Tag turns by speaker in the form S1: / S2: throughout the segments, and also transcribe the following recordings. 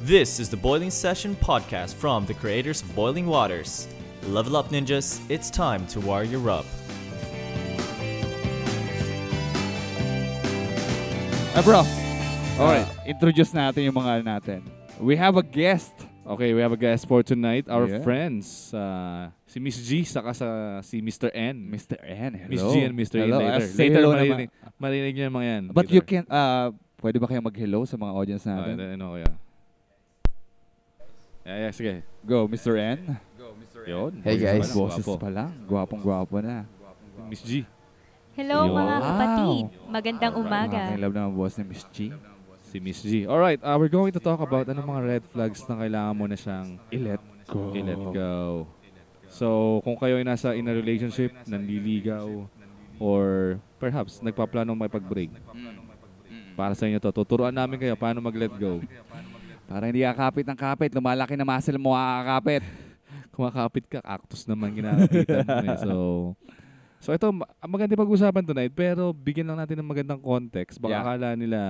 S1: This is the Boiling Session podcast from the creators of Boiling Waters. Level up, ninjas. It's time to wire your up.
S2: Ah, bro. Alright, introduce natin yung mga ano natin. We have a guest.
S3: Okay, we have a guest for tonight. Our
S2: Yeah.
S3: friends, uh, si Miss G, saka sa, si Mr. N.
S2: Mr. N, hello.
S3: Miss G and Mr.
S2: Hello,
S3: N
S2: ah,
S3: later.
S2: say
S3: Later,
S2: hello
S3: marinig, marinig niyo yung mga yan.
S2: naman. But
S3: later.
S2: you can, uh, pwede ba kayo mag-hello sa mga audience
S3: Ah,
S2: natin?
S3: I know, yeah. Yeah, yeah, sige.
S2: Go, Mr. N.
S3: Yun.
S2: Hey
S3: Boses
S2: guys,
S3: pa lang,
S2: boses
S3: guwapo.
S2: pa lang. Gwapong-gwapo na.
S3: Miss G.
S4: Hello
S3: Yo.
S4: mga
S3: Wow.
S4: kapatid. Magandang umaga.
S2: Mga love ng boss ni Miss G.
S3: Si Miss G. Alright, uh, we're going to talk about anong mga red flags na kailangan mo na siyang
S2: I-let go.
S3: i-let go. So, kung kayo ay nasa in a relationship, nanliligaw, or perhaps nagpaplanong may pag-break, para sa inyo to, tuturuan namin kayo paano mag-let go.
S2: Para hindi kakapit ng kapit, lumalaki na muscle mo kakapit.
S3: Kumakapit ka, cactus naman ginakapitan mo eh. So, so ito, ma- maganda pag-usapan tonight, pero bigyan lang natin ng magandang context. Baka
S2: Yeah.
S3: akala nila,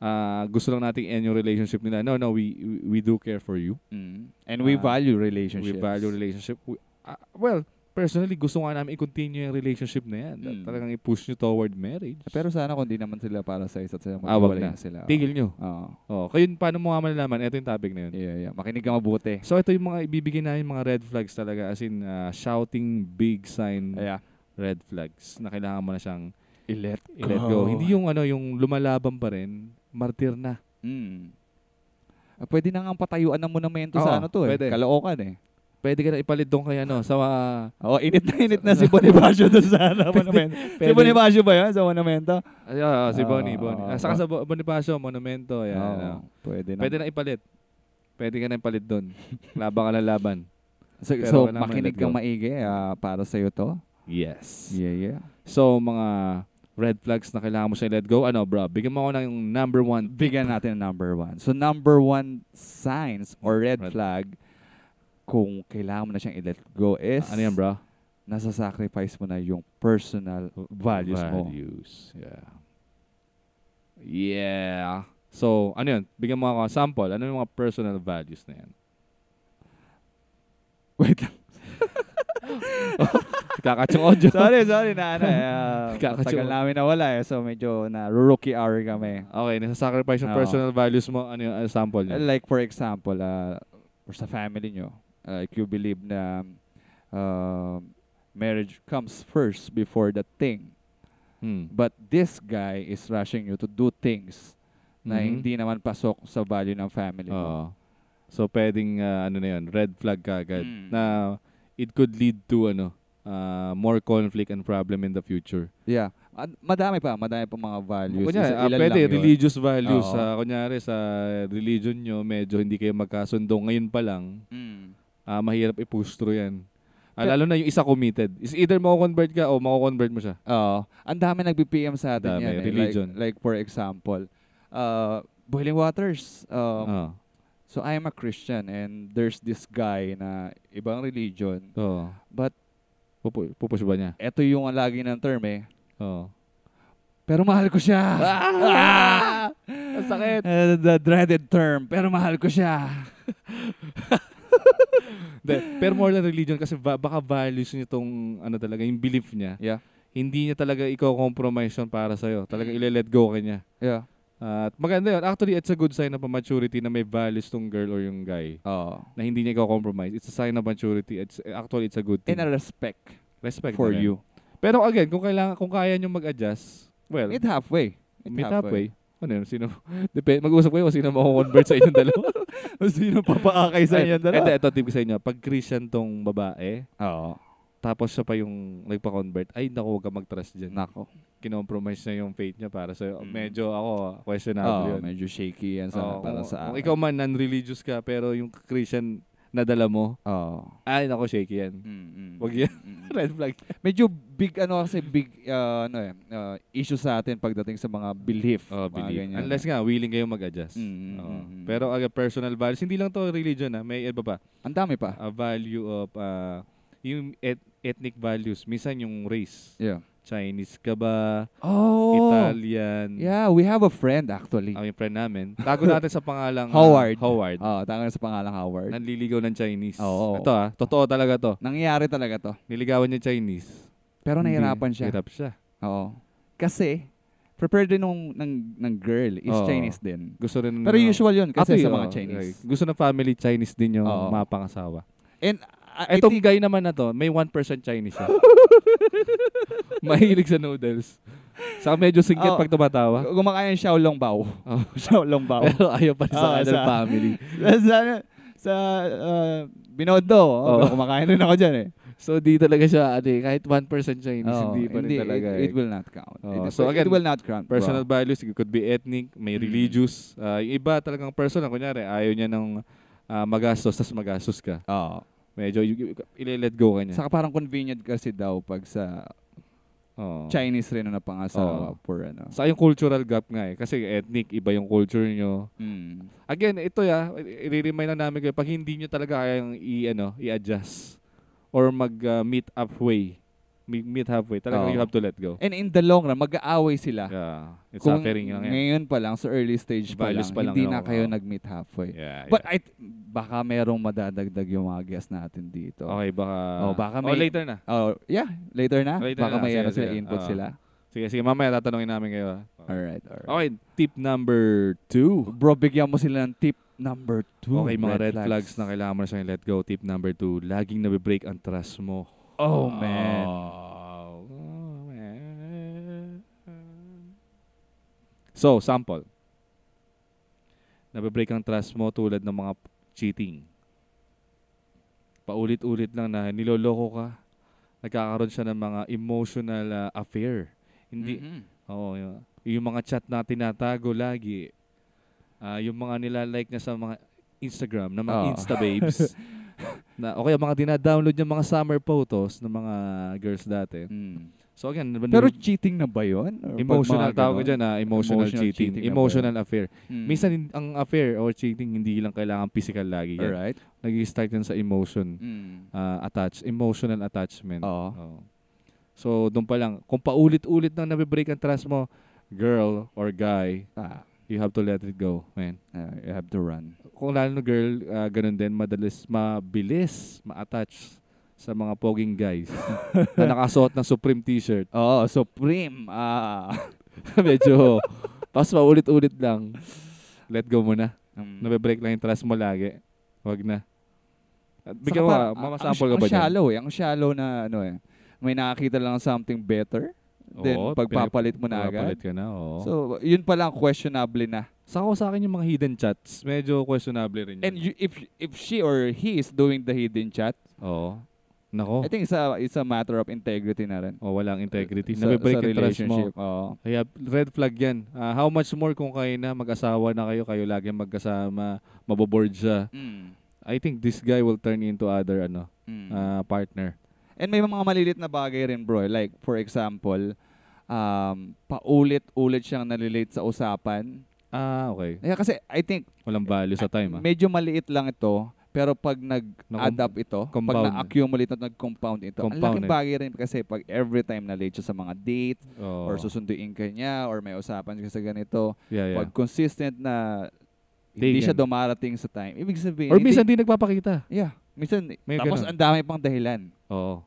S3: ah, gusto lang nating end yung relationship nila. No, no, we, we we do care for you.
S2: Mm. And we
S3: Ah,
S2: value relationships.
S3: We value relationship. We- ah, well, personally, gusto nga namin i-continue yung relationship na yan. At
S2: Mm.
S3: Talagang i-push nyo toward marriage.
S2: Pero sana kung di naman sila para sa isa't sila,
S3: Ah, wag
S2: maghiwalay
S3: na.
S2: na sila.
S3: Tigil nyo.
S2: Oo.
S3: Oh, kayo, paano mo nga malalaman? Ito yung topic na yun.
S2: Yeah, yeah. Makinig ka mabuti.
S3: So, ito yung mga ibibigay namin mga red flags talaga. As in, ah, shouting big sign
S2: Yeah.
S3: red flags na kailangan mo na siyang
S2: I-let
S3: i-let go. Hindi yung ano, yung lumalaban pa rin, martir na.
S2: Mm. Ah, Pwede na nga ang patayuan ng monumento
S3: Oo,
S2: sa ano to eh.
S3: pwede.
S2: Kaloocan eh.
S3: Pwede ka na ipalit doon kay ano, sa ah,
S2: Oo, init na init na si Bonifacio doon sa ano, monumento. Si
S3: pwede-
S2: Bonifacio ba yun sa monumento?
S3: ah, ah, si Bonnie,
S2: Ah,
S3: Bonnie.
S2: ah,
S3: Ah, saka sa Bo- Bonifacio, Monumento, yan.
S2: Oo,
S3: ano.
S2: pwede na.
S3: Pwede na ipalit. Pwede ka na ipalit doon. Laban ka na laban.
S2: So,
S3: pero
S2: so
S3: kailangan
S2: makinig
S3: i-let go.
S2: kang maigi ah, para sa'yo to.
S3: Yes.
S2: Yeah, yeah.
S3: So, mga red flags na kailangan mo siya let go. Ano, bro? Bigyan mo ako ng number one.
S2: Bigyan natin ang number one. So, number one signs or red,
S3: Red.
S2: flag kung kailangan mo na siyang i-let go is
S3: Ano yan, bro?
S2: nasa-sacrifice mo na yung personal values, mo.
S3: Values. Yeah. Yeah. So, ano yun? Bigyan mo ako ng sample. Ano yung mga personal values na yan?
S2: Wait lang.
S3: Kakachong audio.
S2: sorry, sorry na ano. eh, ah,
S3: Kakacho.
S2: tagal namin nawala eh. So medyo na rookie hour kami.
S3: Okay, nasasacrifice yung
S2: Oo.
S3: personal values mo. Ano yung ano yung sample niya?
S2: Like for example, ah, or sa family nyo, like you believe na um, marriage comes first before the thing.
S3: Hmm.
S2: But this guy is rushing you to do things na
S3: Mhm.
S2: hindi naman pasok sa value ng family mo.
S3: Oo. So, pwedeng, ah, ano na yun, red flag ka agad.
S2: Mm.
S3: Na it could lead to, ano, ah, more conflict and problem in the future.
S2: Yeah. At madami pa, madami pa mga values.
S3: Kunyari,
S2: Isa-
S3: ah,
S2: ilan
S3: pwede,
S2: lang yun.
S3: religious values.
S2: Oo.
S3: ah, kunyari, sa religion nyo, medyo hindi kayo magkasundo. Ngayon pa lang,
S2: Mm.
S3: ah, mahirap i-push through yan. Ah,
S2: Pe-
S3: lalo na yung isa committed. Is either mako-convert ka o mako-convert mo siya.
S2: Oo. Ang dami nagbi-PM sa atin
S3: Dami,
S2: yan. eh. Like-
S3: religion.
S2: Like, for example, uh, Boiling Waters. Um,
S3: Oo.
S2: So I am a Christian and there's this guy na ibang religion.
S3: Oo.
S2: But
S3: Pupu- pupush ba niya?
S2: eto yung lagi ng term eh.
S3: Oo.
S2: Pero mahal ko siya. Ah!
S3: Ang sakit.
S2: Uh, the dreaded term. Pero mahal ko siya.
S3: Hindi, Pero more than religion kasi va- baka values niya tong ano talaga, yung belief niya.
S2: Yeah.
S3: Hindi niya talaga ikaw compromise yun para sa'yo. Talaga
S2: Mm.
S3: ile-let go ka niya.
S2: Yeah.
S3: At maganda yun. Actually, it's a good sign of maturity na may values tong girl or yung guy.
S2: Oh.
S3: Na hindi niya ikaw compromise. It's a sign of maturity. It's, actually, it's a good thing.
S2: In a respect
S3: Respect
S2: for
S3: na rin.
S2: you.
S3: Pero again, kung kailangan kung kaya niyo mag-adjust, well,
S2: Meet halfway.
S3: meet halfway. Ano yun? Sino? Depende. Mag-usap kayo kung sino mako-convert sa inyong dalawa.
S2: Sino papaakay sa inyo
S3: Ito,
S2: dalawa?
S3: ito, tip ko sa inyo. Pag Christian tong babae,
S2: Oo.
S3: tapos siya pa yung nagpa-convert, ay naku, huwag ka mag-trust dyan.
S2: Nako.
S3: Kinompromise niya yung faith niya para sa
S2: Mm.
S3: Medyo ako, ah, questionable
S2: Oo,
S3: yun.
S2: Ah, medyo shaky yan sa,
S3: Oo,
S2: para
S3: kung,
S2: sa
S3: kung ikaw man non-religious ka, pero yung Christian nadala mo,
S2: Oo.
S3: ay naku, shaky yan.
S2: Mm.
S3: Huwag yan. Red flag.
S2: Medyo big ano kasi big uh, ano eh uh, issue sa atin pagdating sa mga belief.
S3: Oh,
S2: mga
S3: believe.
S2: ganyan.
S3: Unless nga, willing kayong mag-adjust.
S2: Mm, mm,
S3: Oo.
S2: mm, mm.
S3: Pero aga personal values, hindi lang to religion na may iba pa.
S2: ang dami pa.
S3: A value of ah, yung et- ethnic values, minsan yung race,
S2: Yeah.
S3: Chinese ka ba?
S2: Oh.
S3: Italian?
S2: Yeah, we have a friend actually.
S3: Ang yung friend namin. Tago natin sa pangalang ah,
S2: Howard.
S3: Howard.
S2: Oh, tanga sa pangalan Howard.
S3: Nanliligaw ng Chinese.
S2: Oo.
S3: Ito ah, totoo talaga to.
S2: Nangyayari talaga to.
S3: Niligawan niya Chinese.
S2: Pero
S3: Hindi.
S2: nahirapan siya.
S3: Hirap siya.
S2: Oo. Kasi prepared din nung ng, ng girl is
S3: Oo.
S2: Chinese din.
S3: Gusto rin
S2: Pero
S3: ng-
S2: usual 'yun kasi
S3: Ato
S2: sa
S3: yun,
S2: mga
S3: oh,
S2: Chinese.
S3: like, gusto ng family Chinese din yung
S2: Oo.
S3: mapangasawa.
S2: And uh,
S3: Itong
S2: iti-
S3: guy naman na to, may 1% Chinese siya. Mahilig sa noodles. Saka medyo singkit
S2: Oh.
S3: pag tumatawa.
S2: gumakain ng Xiaolong Bao.
S3: Oh.
S2: Xiaolong Bao.
S3: Pero ayaw pa rin sa
S2: Ah,
S3: kanyang
S2: sa-
S3: family.
S2: sa sa uh, Binondo, oh.
S3: Oo.
S2: kumakain rin ako dyan eh.
S3: So di talaga siya, ano, eh, kahit 1% Chinese,
S2: Oo,
S3: hindi pa rin talaga.
S2: It,
S3: eh.
S2: it will not count.
S3: Oo.
S2: It,
S3: So
S2: so
S3: again,
S2: it will not count. bro.
S3: Personal values, it could be ethnic, may
S2: Mm.
S3: religious. Ah, yung iba talagang personal. Kunyari, ayaw niya ng ah, magastos, tas magastos ka.
S2: Oo.
S3: Medyo, ile-let go ka niya.
S2: Oh. Saka parang convenient kasi daw pag sa
S3: Oh. Oo.
S2: Chinese rin na napangasawa
S3: Oh.
S2: for ano.
S3: Saka yung cultural gap nga eh. Kasi ethnic, iba yung culture nyo.
S2: Mm.
S3: Again, ito ya, i- i-remind lang namin kayo, pag hindi nyo talaga kayang i, ano, i-adjust or mag-meet halfway, mi- meet halfway, talaga
S2: Oo.
S3: you have to let go.
S2: And in the long run, mag-aaway sila.
S3: Yeah. It's
S2: Kung
S3: suffering lang yan.
S2: ngayon pa lang, sa early stage pa lang,
S3: Values pa lang
S2: hindi
S3: yun,
S2: na kayo
S3: oo.
S2: nag-meet halfway.
S3: Yeah,
S2: But
S3: yeah.
S2: I, th- baka merong madadagdag yung mga guests natin dito.
S3: okay, baka...
S2: Oh, baka
S3: oh,
S2: may-
S3: later na.
S2: Oh, yeah, later na.
S3: Later
S2: baka
S3: na,
S2: may
S3: sige,
S2: ano sila,
S3: sige. Oh.
S2: input
S3: Oo.
S2: sila.
S3: Sige, sige, mamaya tatanungin namin kayo. ah.
S2: Alright, alright.
S3: Okay, tip number two.
S2: Bro, bigyan mo sila ng tip number two.
S3: Okay, mga red, flags. na kailangan mo na siyang let go. Tip number two, laging nabibreak ang trust mo.
S2: Oh, man.
S3: Oh, man. So, sample. Nabibreak ang trust mo tulad ng mga cheating. Paulit-ulit lang na niloloko ka. Nagkakaroon siya ng mga emotional ah, affair. Hindi,
S2: Mhm.
S3: Oo, yun. yung mga chat na tinatago lagi. Ah, yung mga nilalike niya sa mga Instagram, na mga
S2: Oo.
S3: Insta babes. na, o kaya mga dinadownload yung mga summer photos ng mga girls dati.
S2: Mm.
S3: So again, naban-
S2: Pero cheating na ba yun? Or pag
S3: emotional
S2: mga
S3: tawag ko
S2: ganon?
S3: dyan, ah, emotional,
S2: Emotional
S3: cheating,
S2: cheating na ba
S3: emotional affair.
S2: Mm.
S3: Minsan hin- ang affair or cheating hindi lang kailangan physical lagi. Yan.
S2: Alright.
S3: Nag-start yan sa emotion
S2: Mm.
S3: ah, attach, emotional attachment.
S2: Oo.
S3: Oo. So, doon pa lang, kung paulit-ulit nang nabibreak ang trust mo, girl or guy,
S2: Ah,
S3: you have to let it go, man.
S2: ah, you have to run.
S3: Kung lalo na girl, ah, ganun din, madalas, mabilis, ma-attach sa mga poging guys na nakasuot ng Supreme t-shirt.
S2: Oh, Supreme. Ah.
S3: Medyo, pas paulit-ulit lang, let go mo na.
S2: Mm.
S3: Nabibreak lang yung trust mo lagi. Wag na. At
S2: Saka
S3: Bigyan mo,
S2: parang,
S3: ah,
S2: ang-
S3: mamasample ka
S2: ang
S3: ba dyan?
S2: shallow eh. Ang shallow na ano eh. May nakakita lang something better. Then
S3: Oo,
S2: pagpapalit mo na agad.
S3: Papalit ka na, oo.
S2: So, yun pala ang questionable na.
S3: Saka ko sa akin yung mga hidden chats, medyo questionable rin yun.
S2: And you, if if she or he is doing the hidden chat,
S3: Oo. Nako.
S2: I think it's a, it's a matter of integrity na rin.
S3: O, walang integrity.
S2: Sa,
S3: Nabibreak
S2: sa
S3: yung trust mo.
S2: relationship. Oo.
S3: Kaya red flag yan. Ah, how much more kung kayo na mag-asawa na kayo, kayo lagi magkasama, maboboard siya. I think this guy will turn into other ano
S2: Mm.
S3: ah, partner.
S2: And may mga malilit na bagay rin, bro. eh. Like, for example, um, paulit-ulit siyang nalilate sa usapan.
S3: Ah, okay.
S2: Kaya kasi, I think,
S3: Walang value sa time ah.
S2: medyo maliit lang ito, pero pag nag-add
S3: Nakum-
S2: up ito, pag
S3: compound.
S2: na-accumulate at nag-compound ito, ang
S3: Compound
S2: laking
S3: eh.
S2: bagay rin kasi pag every time na-late siya sa mga date,
S3: Oo.
S2: or susunduin ka niya, or may usapan siya sa ganito,
S3: yeah, yeah.
S2: pag consistent na
S3: Di
S2: hindi siya
S3: ganun.
S2: dumarating sa time, ibig sabihin,
S3: Or
S2: hindi-
S3: minsan di nagpapakita.
S2: yeah, minsan,
S3: May
S2: tapos
S3: ganun.
S2: ang dami pang dahilan.
S3: Oo.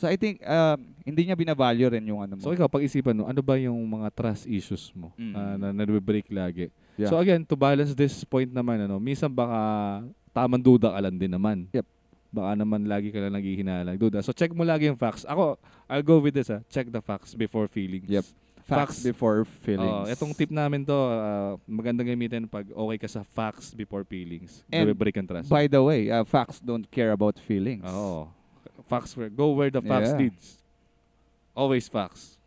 S2: So I think um, hindi niya binavalue rin yung ano mo.
S3: So ikaw, pag-isipan mo, ano ba yung mga trust issues mo
S2: Mm.
S3: ah, na nabibreak lagi?
S2: Yeah.
S3: So again, to balance this point naman, ano, minsan baka tamang duda ka lang din naman.
S2: Yep.
S3: Baka naman lagi ka lang naghihinalang duda. So check mo lagi yung facts. Ako, I'll go with this ah. Check the facts before feelings.
S2: Yep. facts, Oh,
S3: facts.
S2: before
S3: Oo,
S2: feelings.
S3: etong tip namin to, ah, magandang gamitin pag okay ka sa facts before feelings.
S2: And
S3: break and trust.
S2: By the way, uh, facts don't care about feelings.
S3: Oo. Facts where, go where the facts
S2: Yeah.
S3: leads. Always facts.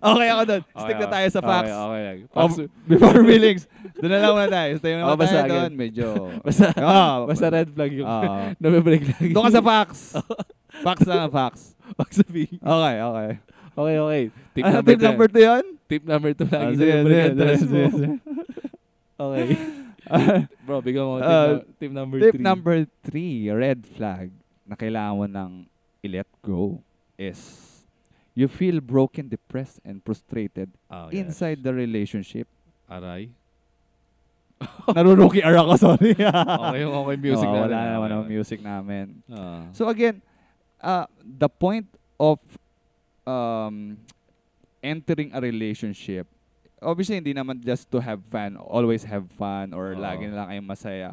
S2: Okay ako doon. Stick
S3: Okay,
S2: na tayo sa
S3: okay,
S2: facts.
S3: Okay, okay.
S2: Of-
S3: Facts.
S2: before feelings. Doon na lang muna tayo. Stay na
S3: Oh,
S2: lang
S3: basta
S2: tayo
S3: agad.
S2: doon. Medyo...
S3: Basta,
S2: Ah,
S3: basta red flag yung
S2: ah.
S3: nabibreak lagi.
S2: doon ka sa facts. facts lang ang facts.
S3: Pag sabihin.
S2: Okay, okay.
S3: Okay, okay. Tip
S2: ano,
S3: number
S2: tip number two yun?
S3: Tip number two lagi.
S2: Ah, sige,
S3: number
S2: sige,
S3: ka dress
S2: sige,
S3: mo.
S2: sige.
S3: Okay. Bro, bigyan mo. Tip,
S2: Ah,
S3: num- tip number
S2: Tip
S3: three.
S2: number three, red flag, na kailangan mo nang i-let go. is you feel broken, depressed, and frustrated
S3: Oh,
S2: inside the relationship.
S3: Aray.
S2: Naruruki ara ko, sorry.
S3: Okay, okay music
S2: Oo,
S3: na.
S2: Wala naman ang music namin.
S3: Ah.
S2: So again, uh, the point of um, entering a relationship, obviously hindi naman just to have fun, always have fun or
S3: Oo.
S2: lagi na lang kayong masaya.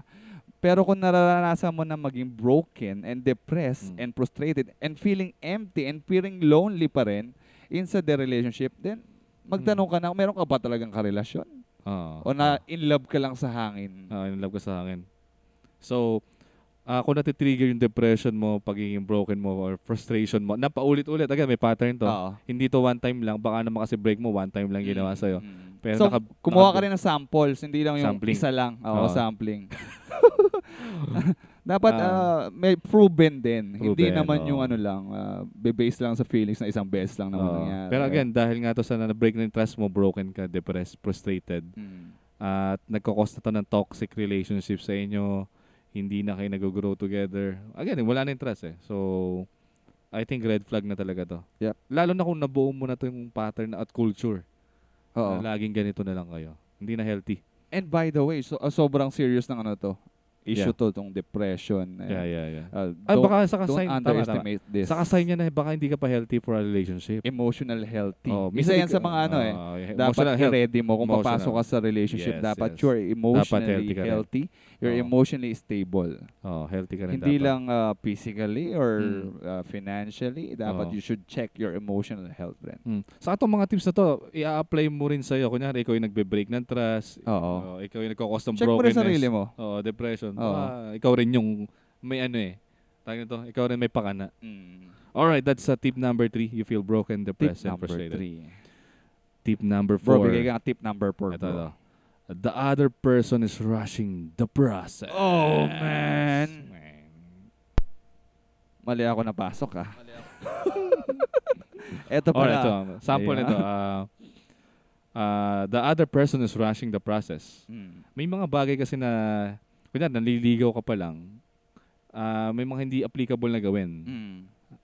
S2: Pero kung nararanasan mo na maging broken and depressed
S3: Mm.
S2: and frustrated and feeling empty and feeling lonely pa rin inside the relationship, then
S3: Hmm.
S2: magtanong ka na, meron ka ba talagang karelasyon?
S3: ah.
S2: O na in love ka lang sa hangin?
S3: Ah, in love ka sa akin. So, ah, kung natitrigger yung depression mo, pagiging broken mo, or frustration mo, napaulit-ulit. Again, may pattern to.
S2: Oo.
S3: Hindi to one time lang. Baka naman kasi break mo, one time lang ginawa sa'yo.
S2: Mm.
S3: Pero
S2: so,
S3: naka-
S2: kumuha ka
S3: naka-
S2: rin ng samples, hindi lang yung
S3: Sampling.
S2: isa lang. Oo,
S3: Oo.
S2: sampling. Dapat
S3: Ah.
S2: ah, may proven din. hindi
S3: Proven,
S2: naman
S3: oo.
S2: yung ano lang, ah, be-based lang sa feelings na isang beses lang naman
S3: Oo.
S2: Ano nangyari.
S3: Pero again, dahil nga to sa na-break na yung trust mo, broken ka, depressed, frustrated,
S2: Mm.
S3: at nagkakos na to ng toxic relationship sa inyo, hindi na kayo nag-grow together. Again, wala na yung trust eh. So, I think red flag na talaga to.
S2: Yep.
S3: Lalo na kung nabuo mo na to yung pattern at culture.
S2: Oo.
S3: Na laging ganito na lang kayo. Hindi na healthy.
S2: And by the way, so, ah, sobrang serious ng ano to. Issue
S3: Yeah.
S2: to, tong depression. and,
S3: Yeah, yeah, yeah.
S2: ah,
S3: Ay,
S2: don't,
S3: baka
S2: don't
S3: sa sign, tama, tama.
S2: underestimate this.
S3: Sa sign niya na eh, baka hindi ka pa healthy for a relationship.
S2: emotional healthy.
S3: Oh,
S2: Isa yan
S3: minsan di-
S2: sa mga ano eh.
S3: oh, yeah. Emotional
S2: dapat
S3: health.
S2: i-ready mo kung
S3: Emotional.
S2: papasok ka sa relationship.
S3: Yes,
S2: dapat
S3: yes.
S2: you're emotionally
S3: healthy ka rin.
S2: healthy, you're
S3: Oo.
S2: emotionally stable.
S3: Oh, healthy ka rin
S2: Hindi
S3: dapat.
S2: lang uh, physically or
S3: Mm.
S2: uh, financially. Dapat
S3: Oo.
S2: you should check your emotional health rin.
S3: Mm. Sa itong mga tips na to, i-apply mo rin sa'yo. Kunyari, ikaw yung nagbe-break ng trust.
S2: Oo.
S3: Oh, ikaw yung nagkakos ng
S2: Check mo rin
S3: brokenness.
S2: sarili mo.
S3: Oo, depression.
S2: Oo.
S3: Ah, ikaw rin yung may ano eh. Tawag nito, ikaw rin may pakana. Alright, that's uh, tip number three. You feel broken,
S2: Tip
S3: depressed, and
S2: number
S3: frustrated.
S2: three.
S3: Tip number
S2: Bro,
S3: four.
S2: bigay ka ng tip number four.
S3: Ito, ito.
S2: bro.
S3: The other person is rushing the process.
S2: Oh, man. Mali ako napasok ah. ito pala.
S3: Alright, ito. Oh, Sample
S2: Ayan.
S3: nito. ah, ah, the other person is rushing the process.
S2: Mm.
S3: May mga bagay kasi na, kunyari, naliligaw ka pa lang. ah, may mga hindi applicable na gawin.
S2: Mm.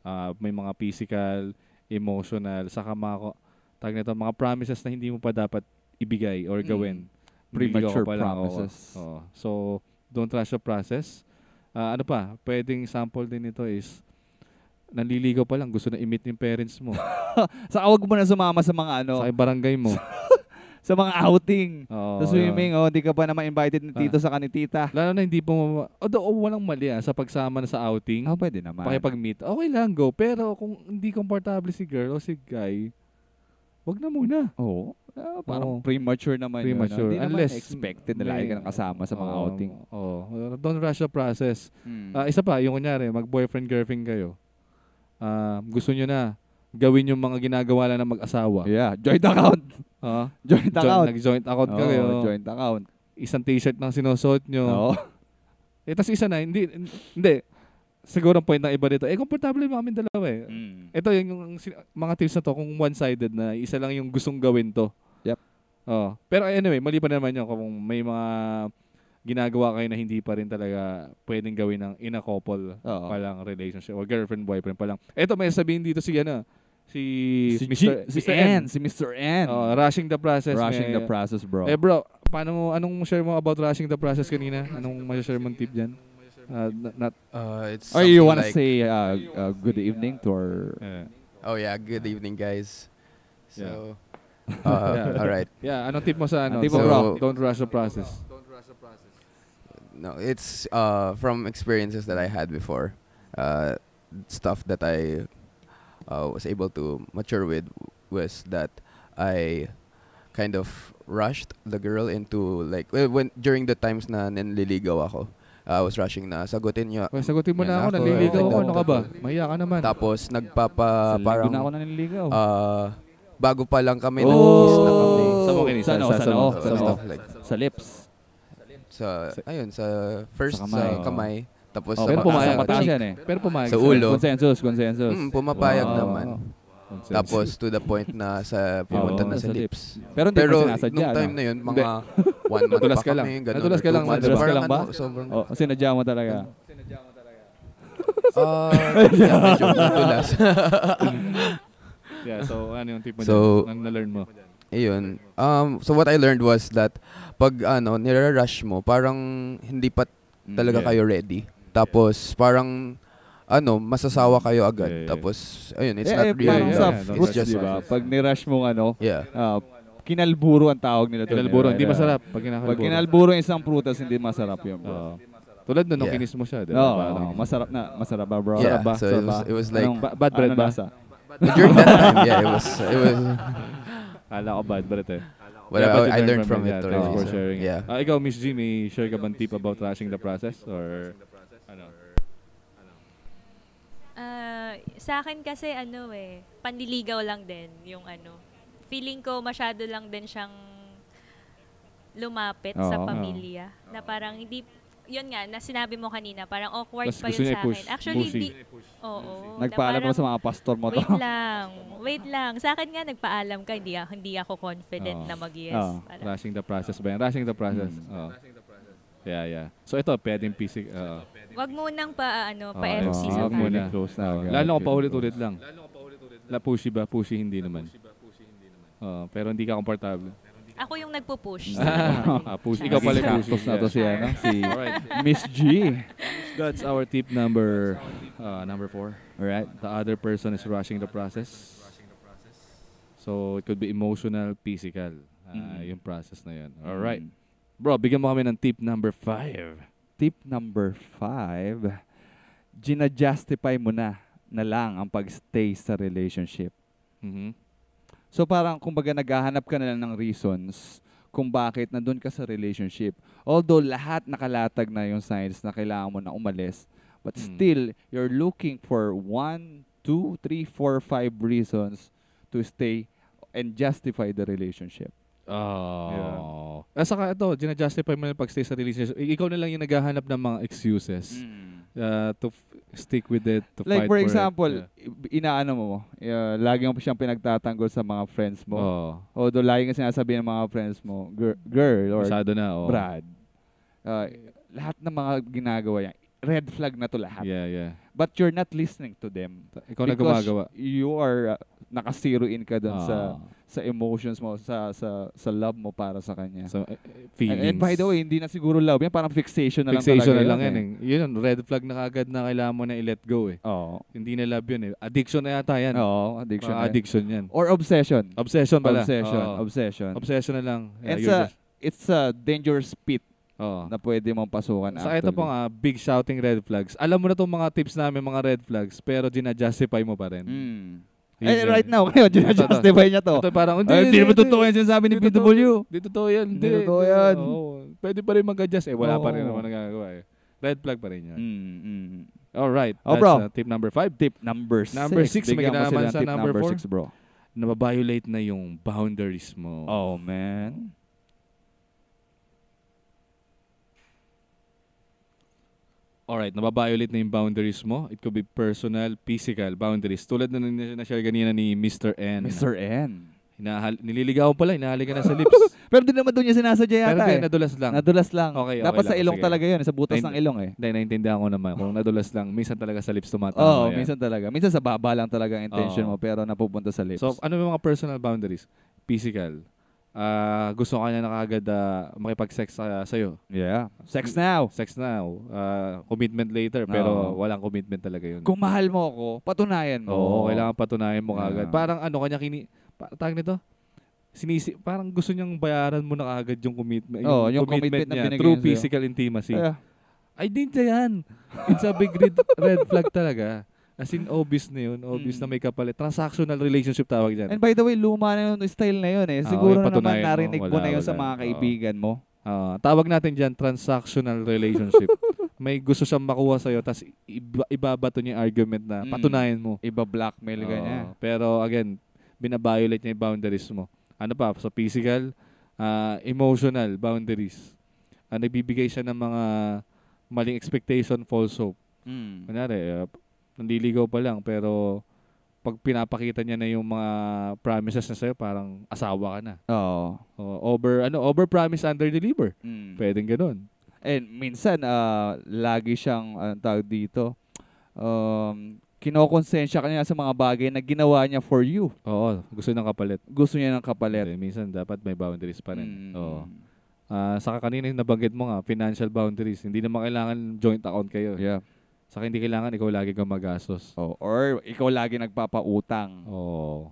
S3: Ah, may mga physical, emotional, saka mga, ko- tawag nito, mga promises na hindi mo pa dapat ibigay or
S2: Mm.
S3: gawin. Naliligaw ka
S2: Premature
S3: pa lang, oo.
S2: promises.
S3: Oo. So, don't rush the process. Ah, ano pa, pwedeng sample din nito is, naliligaw pa lang, gusto na i-meet yung parents mo.
S2: Sa awag mo na sumama sa mga ano,
S3: Sa barangay mo.
S2: sa mga outing.
S3: Oo, Ah.
S2: sa swimming, oh, di ka pa naman invited ni tito sa kanitita.
S3: yun. Lalo na hindi mo, although oh, walang mali ah, sa pagsama na sa outing,
S2: Ah, pwede naman.
S3: pakipag-meet, okay lang, go. Pero kung hindi komportable si girl o si guy, wag na muna.
S2: Oo. Ah, parang
S3: Oo.
S2: premature naman yun. no?
S3: Premature.
S2: Hindi
S3: Unless
S2: naman expected na lagi ka
S3: may-
S2: nang kasama sa mga
S3: Oo,
S2: outing.
S3: Oo. um, Oh, don't rush the process.
S2: Mm.
S3: Ah, isa pa, yung kunyari, mag-boyfriend-girlfriend kayo. Ah, gusto nyo na gawin yung mga ginagawa lang ng mag-asawa.
S2: yeah, joint account.
S3: Ah,
S2: Joint
S3: jo-
S2: account.
S3: nag-joint account
S2: Oo,
S3: kayo.
S2: joint account.
S3: Isang t-shirt lang sinusuot nyo.
S2: Oo.
S3: Eh, tas isa na, hindi, hindi. Siguro ang point ng iba dito, eh, komportable naman kami dalawa eh.
S2: Hmm.
S3: Ito yung, yung sin- mga tips na to, kung one-sided na, isa lang yung gustong gawin to.
S2: Yep.
S3: Oh. Pero anyway, mali pa naman yun kung may mga ginagawa kayo na hindi pa rin talaga pwedeng gawin ng in a couple
S2: Oo.
S3: palang relationship or girlfriend, boyfriend pa lang. Ito, may sabihin dito si, ano, si,
S2: Si, G,
S3: Mr.
S2: si
S3: si
S2: N. Si Mr. N.
S3: Oh, rushing the process.
S2: Rushing
S3: may-
S2: the process, bro.
S3: eh bro, paano mo, anong share mo about rushing the process kanina? Anong masashare mong tip dyan? Ah, na- not,
S5: Uh, it's.
S2: Or Oh, you
S5: something
S2: wanna
S5: like-
S2: say uh, uh, good evening to our...
S3: eh.
S5: Oh yeah. Good evening, guys.
S3: Yeah.
S5: So. Uh,
S3: Yeah.
S5: All right.
S3: yeah, anong tip mo sa ano?
S2: Ang tip mo,
S3: So,
S5: bro?
S3: Don't rush the process.
S5: No, it's uh, from experiences that I had before. Uh, stuff that I uh, was able to mature with was that I kind of rushed the girl into like well, when during the times na nanliligaw ako, I was rushing na sagutin niyo.
S3: Okay, sagutin mo
S5: Yan
S3: na ako,
S5: ako,
S3: naliligaw
S5: eh.
S3: ako, ano ka ba? Mahiya ka naman.
S5: Tapos nagpapa
S2: Sa linggo na ako
S5: Uh, parang
S2: naniligaw.
S5: uh, bago pa lang
S2: Oh!
S5: kami nag-kiss na kami.
S3: Sa mga kinis,
S2: Sa ano,
S3: sa-
S2: sa
S3: sa
S2: ano,
S3: mga-
S2: sa
S5: So,
S2: ano.
S5: stuff like
S2: Sa lips.
S5: sa, ayun sa first
S2: Sa
S5: sa
S2: kamay.
S5: kamay, tapos
S2: Oh,
S5: sa
S2: pero
S3: pataas,
S2: pumayag.
S5: pataas.
S2: Sa pataas yan eh.
S3: Pero pumayag.
S5: Sa ulo.
S2: Consensus, consensus.
S5: Mm, pumapayag
S2: Wow.
S5: naman. Tapos to the point na sa pumunta na sa lips.
S2: Pero Oh, hindi
S5: Pero
S2: pa sinasadya. ano?
S5: nung
S2: no?
S5: time na yun, mga one month
S3: Nadulas
S5: pa
S3: ka lang.
S5: kami, ganun.
S3: Nadulas
S5: or
S3: ka
S5: two
S3: lang,
S2: Oh.
S5: months.
S2: nadulas ka
S5: Parang
S2: lang ba?
S5: ano, sobrang-
S2: Oh, sinadya mo talaga.
S5: Uh, yeah, medyo tulas.
S3: Yeah, so ano yung tip mo
S5: So-
S3: dyan? Ang na-learn mo?
S5: Ayun. Um, so what I learned was that pag ano, nire-rush mo, parang hindi pa
S2: Mm,
S5: talaga
S3: yeah.
S5: kayo ready. Tapos parang ano, masasawa kayo agad.
S3: Mm. Yeah, yeah.
S5: Tapos ayun, it's
S2: Eh,
S5: not
S2: eh,
S5: real.
S2: parang
S3: yeah,
S2: sa
S3: yeah, yeah.
S2: fruits,
S5: It's just
S2: di ba? Pag nirush mong ano,
S5: Yeah.
S2: ah, kinalburo ang tawag nila doon.
S3: Kinalburo,
S2: eh,
S3: hindi
S2: na-
S3: masarap. Pag kinalburo.
S2: Pag kinalburo ang isang prutas, hindi masarap yun, bro.
S3: Oo. Tulad nun, nung
S5: Yeah.
S3: kinis mo siya. di ba?
S2: Oo,
S3: Parang-
S2: oo, masarap na. Masarap ba, bro? Masarap
S5: Yeah,
S2: ba?
S5: so it
S2: Masarap ba?
S5: was-
S2: Ano
S5: it was like- ano
S3: Ba- bad bread
S2: anong
S3: ba?
S2: lasa?
S5: During that time, yeah, it was it was
S3: Kala ko bad breath eh.
S5: what
S3: Yeah, but you
S5: I, I learned from
S3: yeah,
S5: it
S3: Thanks
S5: already.
S3: for
S5: so,
S3: sharing.
S5: yeah.
S3: Ah, ikaw, Miss G, may share ka bang tip about rushing the process? Or ano?
S4: Ah, sa akin kasi ano eh, panliligaw lang din yung ano. Feeling ko masyado lang din siyang lumapit sa
S2: Oo.
S4: pamilya. Na parang hindi, yun nga, na sinabi mo kanina, parang awkward
S3: Mas
S4: pa
S3: gusto
S4: yun
S3: niya
S4: sa
S3: i-push,
S4: akin. Actually,
S3: pussy.
S4: hindi. Oo. na
S2: Nagpaalam
S4: parang-
S2: ako sa mga pastor mo to.
S4: Wait lang. Wait lang. Sa akin nga, nagpaalam ka. Hindi, a- hindi ako
S3: Oo.
S4: confident na mag-yes.
S2: Oo.
S4: Parang-
S3: Rushing the process ba yan? Rushing the process.
S5: Hmm.
S3: Oo. Yeah, yeah. So ito, pwedeng uh, pisik. oo.
S4: Wag munang pa, ano,
S3: Oo,
S4: pa
S3: eh,
S4: MC
S3: oo,
S4: sa
S3: wag
S4: akin.
S3: muna.
S2: Ah, Close na
S3: Oo,
S2: agad.
S3: Lalo ko paulit-ulit lang. La pushy ba? Pushy hindi naman. Oo, pero hindi ka komportable.
S4: Ako yung nagpo-push.
S3: ah, pushy. Ikaw pala yung pushy.
S2: Kaktos na to si, ano, si
S3: Alright.
S2: Miss G.
S3: That's our tip number uh, number four. All right. The other person is rushing the process. So it could be emotional, physical. Uh,
S2: Mm.
S3: Yung process na yun. All right. Bro, bigyan mo kami ng tip number five.
S2: Tip number five, gina-justify mo na na lang ang pagstay sa relationship.
S3: Mhm.
S2: So parang kumbaga naghahanap ka na lang ng reasons kung bakit nandun ka sa relationship. Although lahat nakalatag na yung signs na kailangan mo na umalis, but
S3: Mm.
S2: still, you're looking for one, two, three, four, five reasons to stay and justify the relationship.
S3: Oh. At saka ito, gina-justify mo na pagstay sa relationship. I- Ikaw na lang yung naghahanap ng mga excuses uh, to f- stick with it, to
S2: Mm. Like
S3: fight
S2: for
S3: it.
S2: example,
S3: Yeah.
S2: i- inaano mo, uh, lagi mo pa siyang pinagtatanggol sa mga friends mo.
S3: Oo.
S2: Although lagi nga sinasabi ng mga friends mo, "Gir- girl or
S3: Masyado na. Oh.
S2: Brad. Uh, lahat ng mga ginagawa niya, red flag na to lahat.
S3: Yeah, yeah.
S2: But you're not listening to them.
S3: Ta- Ikaw na
S2: Because
S3: gumagawa.
S2: you are uh, naka-zero in ka dun sa
S3: Ah.
S2: sa emotions mo, sa sa sa love mo para sa kanya.
S3: So, eh, eh,
S2: and,
S3: feelings.
S2: and by the way, hindi na siguro love, yan parang fixation na
S3: Fixation na
S2: lang
S3: lang
S2: talaga.
S3: yan. eh. Yun, yun, red flag na kagad na kailangan mo na i-let go eh.
S2: Oo.
S3: Hindi na love yun eh. Addiction na yata yan.
S2: Oo, addiction.
S3: Mga
S2: na yan.
S3: addiction yan.
S2: Or obsession.
S3: Obsession pala.
S2: Obsession,
S3: Oo.
S2: obsession.
S3: Obsession na lang. Yeah,
S2: It's
S3: you're
S2: a
S3: just-
S2: it's a dangerous pit
S3: Oo.
S2: na pwede mong pasukan
S3: Sa
S2: actually.
S3: ito pa nga, big shouting red flags. Alam mo na itong mga tips namin, mga red flags, pero dinajustify mo pa rin.
S2: Mm.
S3: Yun
S2: Eh,
S3: yun.
S2: right now, ngayon, justify niya to.
S3: Ito parang, hindi,
S2: Ay, Hindi naman totoo yung sinasabi ni
S3: Hindi totoo.
S2: PW.
S3: Hindi totoo yan.
S2: Hindi totoo yan.
S3: Oo. Pwede pa rin mag-adjust. Eh, wala pa rin
S2: Oo.
S3: naman nagagawa eh. Red flag pa rin yan.
S2: Mm, mm.
S3: Alright.
S2: Oh,
S3: that's
S2: bro.
S3: uh, tip number five.
S2: Tip number six.
S3: Number six, may
S2: Bigyan mo
S3: kinalaman
S2: sila ng
S3: sa
S2: tip
S3: number four?
S2: six, bro.
S3: Nababiolate na yung boundaries mo.
S2: Oh, man.
S3: Alright, nababiolate na yung boundaries mo. It could be personal, physical boundaries. Tulad na nin- na-share kanina ni Mr. N.
S2: Mr. N.
S3: Hinahal- nililigaw pala, hinahali ka na sa lips.
S2: Pero di naman doon niya sinasadya
S3: Pero
S2: yata
S3: di,
S2: eh.
S3: nadulas lang.
S2: Nadulas lang.
S3: Okay, okay
S2: Dapat sa
S3: lang,
S2: ilong
S3: sige.
S2: talaga yun. Sa butas
S3: Nine-
S2: ng ilong eh.
S3: Hindi, naintindihan ko naman. Kung nadulas lang, minsan talaga sa lips tumatama.
S2: Oo,
S3: yan.
S2: minsan talaga. Minsan sa baba lang talaga ang intention mo
S3: Oo.
S2: pero napupunta sa lips.
S3: So, ano yung mga personal boundaries? Physical. Ah, gusto ka na nakagad ah, makipag-sex sa sa'yo.
S2: yeah. Sex now.
S3: Sex now. Ah, commitment later. Pero
S2: Oo.
S3: walang commitment talaga yun.
S2: Kung mahal mo ako, patunayan mo.
S3: Oo, kailangan patunayan mo kaagad.
S2: Yeah.
S3: Parang ano, kanya kini... Pa, tawag nito? Sinisi, parang gusto niyang bayaran mo na kaagad yung commitment.
S2: Oo, yung commitment na
S3: niya
S2: binigay
S3: through
S2: niya sa'yo.
S3: physical intimacy.
S2: Yeah.
S3: Ay, di niya yan. It's a big red, red flag talaga. As in, obvious na yun. Obvious
S2: Mm.
S3: na may kapalit. Transactional relationship tawag dyan.
S2: And by the way, luma na yung style na yun eh.
S3: Ah,
S2: Siguro
S3: yung
S2: naman
S3: patunayan mo,
S2: narinig mo
S3: wala,
S2: na yun sa
S3: wala.
S2: mga
S3: Oo.
S2: kaibigan mo.
S3: Ah, tawag natin dyan, transactional relationship. may gusto siyang makuha sa'yo, tapos iba, ibabato niya yung argument na
S2: Mm.
S3: patunayan mo.
S2: Iba blackmail ka niya.
S3: Oo, pero again, binabiolate niya yung boundaries mo. Ano pa? So physical, ah, emotional boundaries. Ah, nagbibigay siya ng mga maling expectation, false hope.
S2: Mm.
S3: Kunyari, uh, nandiligaw pa lang, pero pag pinapakita niya na yung mga promises na sa'yo, parang asawa ka na.
S2: Oo.
S3: O, over, ano, over promise, under deliver.
S2: Mm.
S3: Pwedeng ganun.
S2: And minsan, ah, lagi siyang, anong tawag ah, dito, um, kinokonsensya ka niya sa mga bagay na ginawa niya for you.
S3: Oo, gusto ng kapalit.
S2: Gusto niya ng kapalit.
S3: Hindi, minsan dapat may boundaries pa rin.
S2: Mm.
S3: Oo. Ah, saka kanina yung nabanggit mo nga, financial boundaries. Hindi naman kailangan joint account kayo.
S2: Yeah.
S3: Saka hindi kailangan ikaw lagi kang magastos.
S2: Oh, or ikaw lagi nagpapautang.
S3: Oo.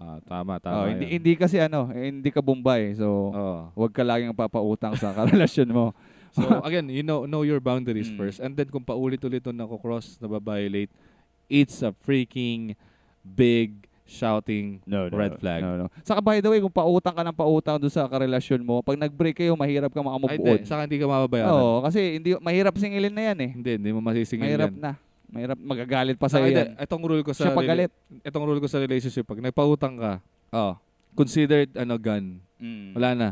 S3: Ah, tama,
S2: Oh,
S3: tama.
S2: hindi,
S3: yun.
S2: hindi kasi ano, eh, hindi ka Bombay. So,
S3: Oo.
S2: huwag ka laging papautang sa karelasyon mo.
S3: So again, you know know your boundaries
S2: Mm.
S3: first and then kung paulit-ulit 'to nako-cross na violate it's a freaking big shouting red flag.
S2: No, no. Saka by the way, kung pautang ka ng pautang doon sa karelasyon mo, pag nag-break kayo, mahirap ka
S3: Ay, hindi.
S2: makamove on.
S3: Saka hindi ka mababayaran.
S2: Oo, kasi hindi mahirap singilin na yan eh.
S3: Hindi, hindi mo masisingil
S2: mahirap
S3: yan.
S2: na. Mahirap magagalit pa
S3: Saka
S2: sa
S3: hindi,
S2: yan.
S3: itong rule ko sa
S2: Siya
S3: rela-
S2: pagalit.
S3: itong rule ko sa relationship pag nagpautang ka,
S2: Oo.
S3: considered ano gun.
S2: Mm.
S3: Wala na.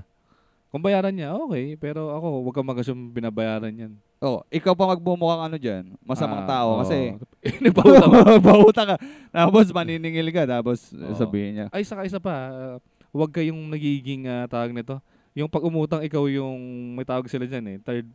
S3: Kung bayaran niya, okay. Pero ako, wag kang mag-assume binabayaran yan.
S2: Oh, ikaw pa magbumukhang ano diyan, masamang
S3: Ah,
S2: tao
S3: oo.
S2: kasi
S3: Nagpautang ka.
S2: pautang ka. Tapos maniningil ka tapos eh,
S3: Oo.
S2: sabihin niya.
S3: Ay, saka isa pa, ah, huwag kayong nagiging ah, tawag nito. Yung pag umutang, ikaw yung may tawag sila dyan eh. Third,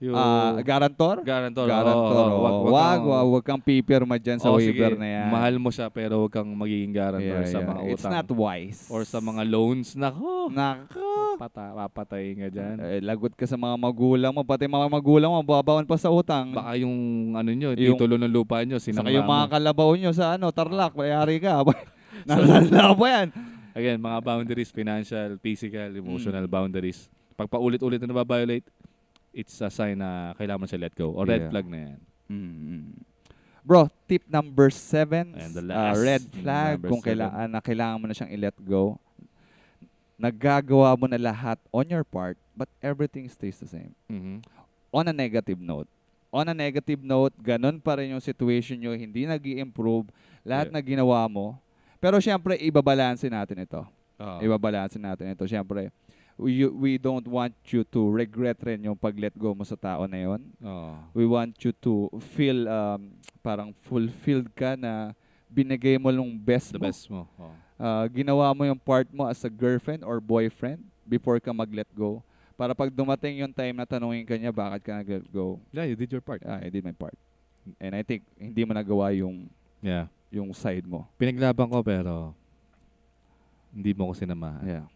S3: yung
S2: Ah, garantor?
S3: guarantor.
S2: Garantor. Oh,
S3: Oo, oo, wag- wag
S2: wag,
S3: kang-
S2: wag, wag kang pipirma dyan sa
S3: Oo,
S2: waiver
S3: sige,
S2: na yan.
S3: Mahal mo siya pero huwag kang magiging guarantor
S2: Yeah,
S3: sa
S2: yeah.
S3: mga
S2: It's
S3: utang.
S2: not wise.
S3: Or sa mga loans. Nako,
S2: Nako.
S3: pata, papatay nga dyan.
S2: Eh, lagot ka sa mga magulang mo, pati mga magulang mo, babawan pa sa utang.
S3: Baka yung ano nyo,
S2: Yung-
S3: titulo ng lupa nyo,
S2: Saka
S3: sinangla
S2: yung
S3: mo.
S2: mga kalabaw nyo sa ano, tarlak, mayari ka. Nasala pa yan.
S3: Again, mga boundaries, financial, physical, emotional boundaries. Pag paulit-ulit na nababiolate, it's a sign na kailangan mo siya let go. O red
S2: Yeah.
S3: flag na yan.
S2: Mm. Bro, tip number seven,
S3: And the
S2: ah,
S3: last,
S2: red flag,
S3: number
S2: kung
S3: seven.
S2: kailangan, na kailangan mo na siyang i-let go, naggagawa mo na lahat on your part, but everything stays the same.
S3: Mhm.
S2: On a negative note. On a negative note, ganun pa rin yung situation nyo, hindi nag improve lahat
S3: Yeah.
S2: na ginawa mo. Pero syempre, ibabalansin natin ito.
S3: Oo.
S2: Ibabalansin natin ito. Syempre, we, we don't want you to regret rin yung pag-let go mo sa tao na yon
S3: Oo.
S2: we want you to feel um, parang fulfilled ka na binigay mo yung best
S3: The
S2: mo.
S3: best mo. Oo.
S2: Ah, ginawa mo yung part mo as a girlfriend or boyfriend before ka mag-let go. Para pag dumating yung time na tanungin ka niya, bakit ka nag-let go?
S3: Yeah, you did your part.
S2: Ah, I did my part. And I think hindi mo nagawa yung
S3: Yeah.
S2: yung side mo.
S3: Pinaglaban ko pero hindi mo ko sinamahan.
S2: Yeah.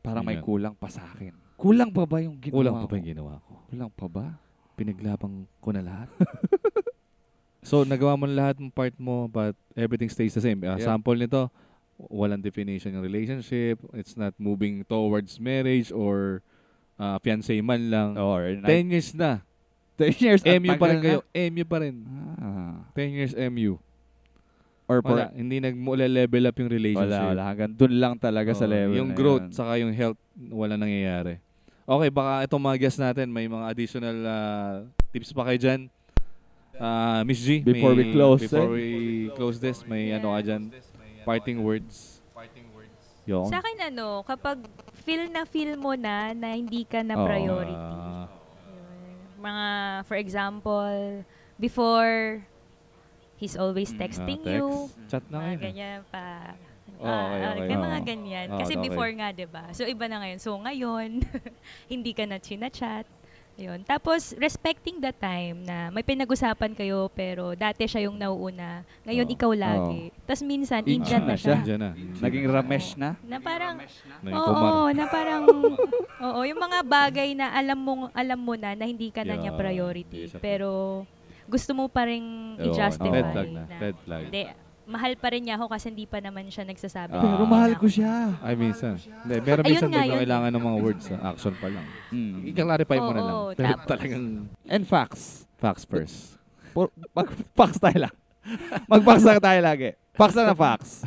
S2: Parang may
S3: Yun.
S2: kulang pa sa akin. Kulang pa ba yung ginawa
S3: Kulang pa
S2: ko?
S3: ba yung ginawa ko?
S2: Kulang pa ba?
S3: Pinaglaban ko na lahat. so, nagawa mo na lahat ng part mo but everything stays the same. Uh,
S2: Yeah.
S3: Sample nito, walang definition yung relationship. It's not moving towards marriage or uh, fiancé man lang.
S2: Or 10
S3: 10 years na.
S2: years. ang
S3: MU pa
S2: Oh. tagal
S3: rin
S2: na.
S3: kayo. MU pa rin.
S2: Ah.
S3: 10 years MU.
S2: Or for,
S3: Wala. Hindi nag-level up yung relationship.
S2: Wala, wala. Hanggang dun lang talaga sa
S3: Oo,
S2: level na
S3: Yung growth,
S2: yun.
S3: saka yung health, wala nangyayari. Okay, baka itong mga guests natin, may mga additional ah, tips pa kayo dyan. Ah, Miss G,
S2: Before we
S3: may-
S2: close, eh.
S3: before we close this, may ano ka dyan, parting words. Yung,
S4: Sa akin ano, kapag feel na feel mo na na hindi ka na
S2: Oo.
S4: priority.
S3: Ah,
S4: Yun. Mga, for example, before, he's
S3: Mm,
S4: always texting you.
S3: ah, Chat na
S4: Mga
S3: ngayon. eh.
S4: ganyan pa.
S3: Oo,
S4: Ah,
S3: okay,
S4: ah,
S3: okay.
S4: may mga
S2: Oo.
S4: ganyan.
S3: Oo,
S4: Kasi
S3: okay.
S4: before nga, 'di ba? So iba na ngayon. So ngayon, hindi ka na chinachat. Yun. Tapos, respecting the time na may pinag-usapan kayo pero dati siya yung nauuna. Ngayon,
S3: Oo.
S4: ikaw lagi. Tapos minsan,
S2: Inch
S4: indyan
S2: na
S4: na siya.
S3: Nandyan Ah, na.
S2: Naging ramesh na?
S4: Na parang,
S3: Naging
S4: oo,
S3: kumar.
S4: na parang, oo, yung mga bagay na alam mo, alam mo na na hindi ka na
S3: Yeah,
S4: niya
S3: hindi
S4: priority.
S3: siya-
S4: pero, gusto mo pa rin
S3: Oo, oh,
S4: i-justify.
S3: Red flag na.
S4: na
S3: Red flag.
S4: hindi, mahal pa rin niya ako kasi hindi pa naman siya nagsasabi.
S3: Ah.
S2: Pero mahal ko siya.
S3: Ay, minsan. Hindi, pero
S4: Ayun
S3: minsan di
S4: nga,
S3: na
S4: yun.
S3: kailangan ng mga words. ah. Action pa lang.
S2: Mm.
S3: I-clarify mo na
S4: Oo,
S3: lang.
S4: oo,
S3: Pero
S4: tapos.
S3: talagang
S2: And facts.
S3: facts first.
S2: Por- Mag-fax tayo lang. Mag-fax lang tayo lagi. Fax na ng fax.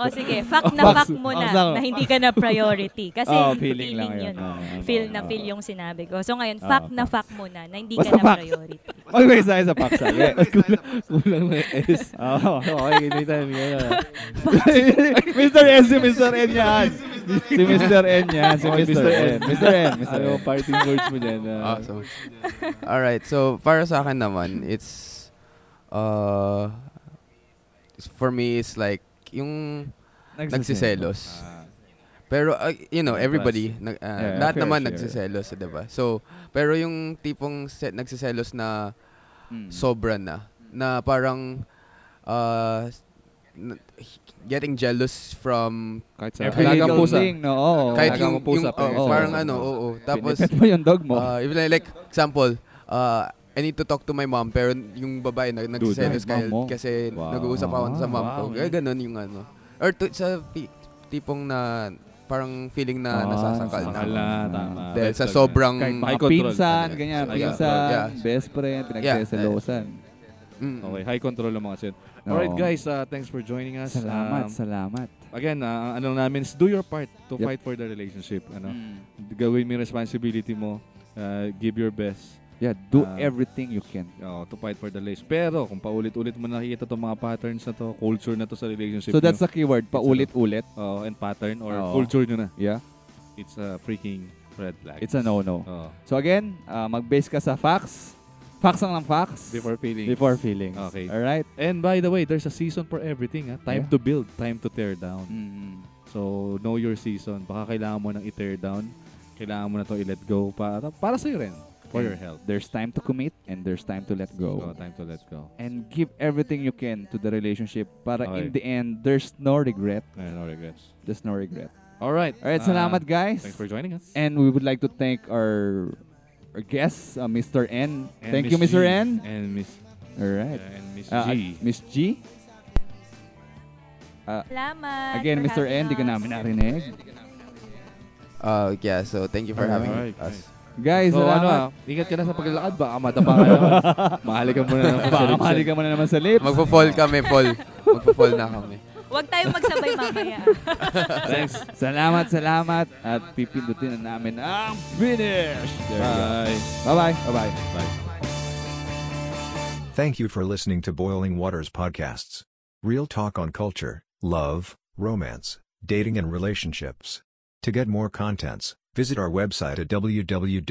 S4: O Oh, sige, fuck na
S2: Fuck. Oh,
S4: fuck mo na
S2: Fuck.
S4: na hindi ka na priority. Kasi
S2: Oo,
S4: feeling, yun.
S2: Oo,
S4: Feel
S2: oo,
S4: na
S2: oo.
S4: feel yung sinabi ko. So ngayon,
S2: Oo,
S4: fuck na fuck mo na na hindi
S2: Basta
S4: ka na
S2: fuck.
S4: priority.
S2: Mag-fax tayo sa fax. Okay.
S3: Kulang na S.
S2: Oo.
S3: Okay, anytime. Yeah.
S2: Mr. N, si Mr. N yan. Si Mr. N yan. Si
S3: Okay,
S2: Mr. N. Mr. N. Mr.
S3: Ano
S2: N.
S3: parting words mo dyan? ah?
S5: Awesome. All right. So para sa akin naman, it's uh it's- for me it's like yung nagsiselos.
S2: Ah,
S5: Pero uh, you know, everybody nag uh,
S2: Ano Yeah,
S5: lahat
S2: fair
S5: naman eh,
S2: share.
S5: nagsiselos, 'di ba? So pero yung tipong se- nagsiselos na
S2: Mm.
S5: sobra na. Na parang uh, n- getting jealous from
S3: Kahit sa
S2: Every
S3: alagang
S2: little
S3: pusa.
S2: thing, no? Oo.
S5: kahit
S3: alagang
S5: yung,
S3: pusa,
S5: yung- oh,
S2: pinipet.
S5: parang
S2: Oo.
S5: ano, oo. oo. Tapos,
S2: Pinipet mo yung dog mo.
S5: uh, even like, like, example, uh, I need to talk to my mom pero yung babae na
S2: Dude,
S5: nagsiselos kaya
S2: mom mo.
S5: kasi
S2: Wow.
S5: nag-uusap ako sa mom ko.
S3: Wow.
S5: Kaya ganun yung ano. Or to, sa pi- tipong na parang feeling
S2: Ah,
S5: na nasasakal na.
S3: Sakal na, tama.
S5: Dahil
S3: Red
S5: sa
S3: flag na.
S5: sobrang
S2: kahit
S3: high
S2: mga
S3: control.
S2: pinsan,
S5: Ano yun?
S2: ganyan,
S5: Yeah.
S2: pinsan,
S5: Yeah.
S2: best friend, pinagseselosan.
S5: Mm.
S3: Okay, high control ng mga sin. Alright
S2: Oo.
S3: guys, uh, thanks for joining us.
S2: Salamat,
S3: Um,
S2: salamat.
S3: again, uh, ano namin is do your part to
S2: Yep.
S3: fight for the relationship. Ano, gawin mo yung responsibility mo. Uh, give your best
S2: Yeah, do
S3: Ah.
S2: everything you can.
S3: uh, to fight for the relationship. Pero kung paulit-ulit mo nakikita itong mga patterns na to, culture na to sa relationship
S2: So that's
S3: nyo,
S2: the keyword, paulit-ulit.
S3: uh, and pattern or
S2: Oo.
S3: culture nyo na,
S2: Yeah,
S3: it's a freaking red flag. Oh.
S2: it's a no-no.
S3: Oo.
S2: So again, ah, mag-base ka sa facts. Facts lang ng facts.
S3: before feeling.
S2: Before feelings.
S3: Okay.
S2: Alright?
S3: And by the way, there's a season for everything. ah. Time
S2: Yeah.
S3: to build, time to tear down.
S2: Mm.
S3: So, know your season. Baka kailangan mo nang i-tear down. Kailangan mo na to i-let go para, para sa'yo rin. For your health.
S2: There's time to commit and there's time to let
S3: So,
S2: go.
S3: time to let go.
S2: And give everything you can to the relationship para in the
S3: Okay.
S2: end, there's no regret.
S3: Ayan, no regrets.
S2: There's no regret.
S3: Alright.
S2: Alright,
S3: Ah,
S2: salamat guys.
S3: Thanks for joining us.
S2: And we would like to thank our, our guests, uh, Mr. N.
S3: And
S2: Thank
S3: Miss
S2: you, Mr.
S3: G.
S2: N.
S3: And Miss,
S2: All right.
S3: and Miss
S2: Uh,
S3: G.
S2: Miss G.
S4: Salamat.
S2: Again,
S4: for
S2: Mr.
S4: having
S2: N, di ka
S4: us.
S2: namin narinig.
S5: Uh, yeah, so thank you for having
S3: Alright.
S5: us.
S2: Guys,
S3: So, ano, ah,
S2: salamat.
S3: ingat ka na sa paglalakad. Baka madapa ka naman. Mahalik ka muna ng eh.
S2: Baka mahali ka mo na naman sa lips.
S5: Magpo-fall kami, fall. Magpo-fall na kami.
S4: Huwag tayong magsabay mamaya.
S2: Thanks. salamat, salamat. At pipindutin na namin ang finish. There you go.
S3: Bye.
S2: Bye-bye. Bye-bye.
S3: Bye.
S6: Thank you for listening to Boiling Waters Podcasts. Real talk on culture, love, romance, dating, and relationships. To get more contents, visit our website at www.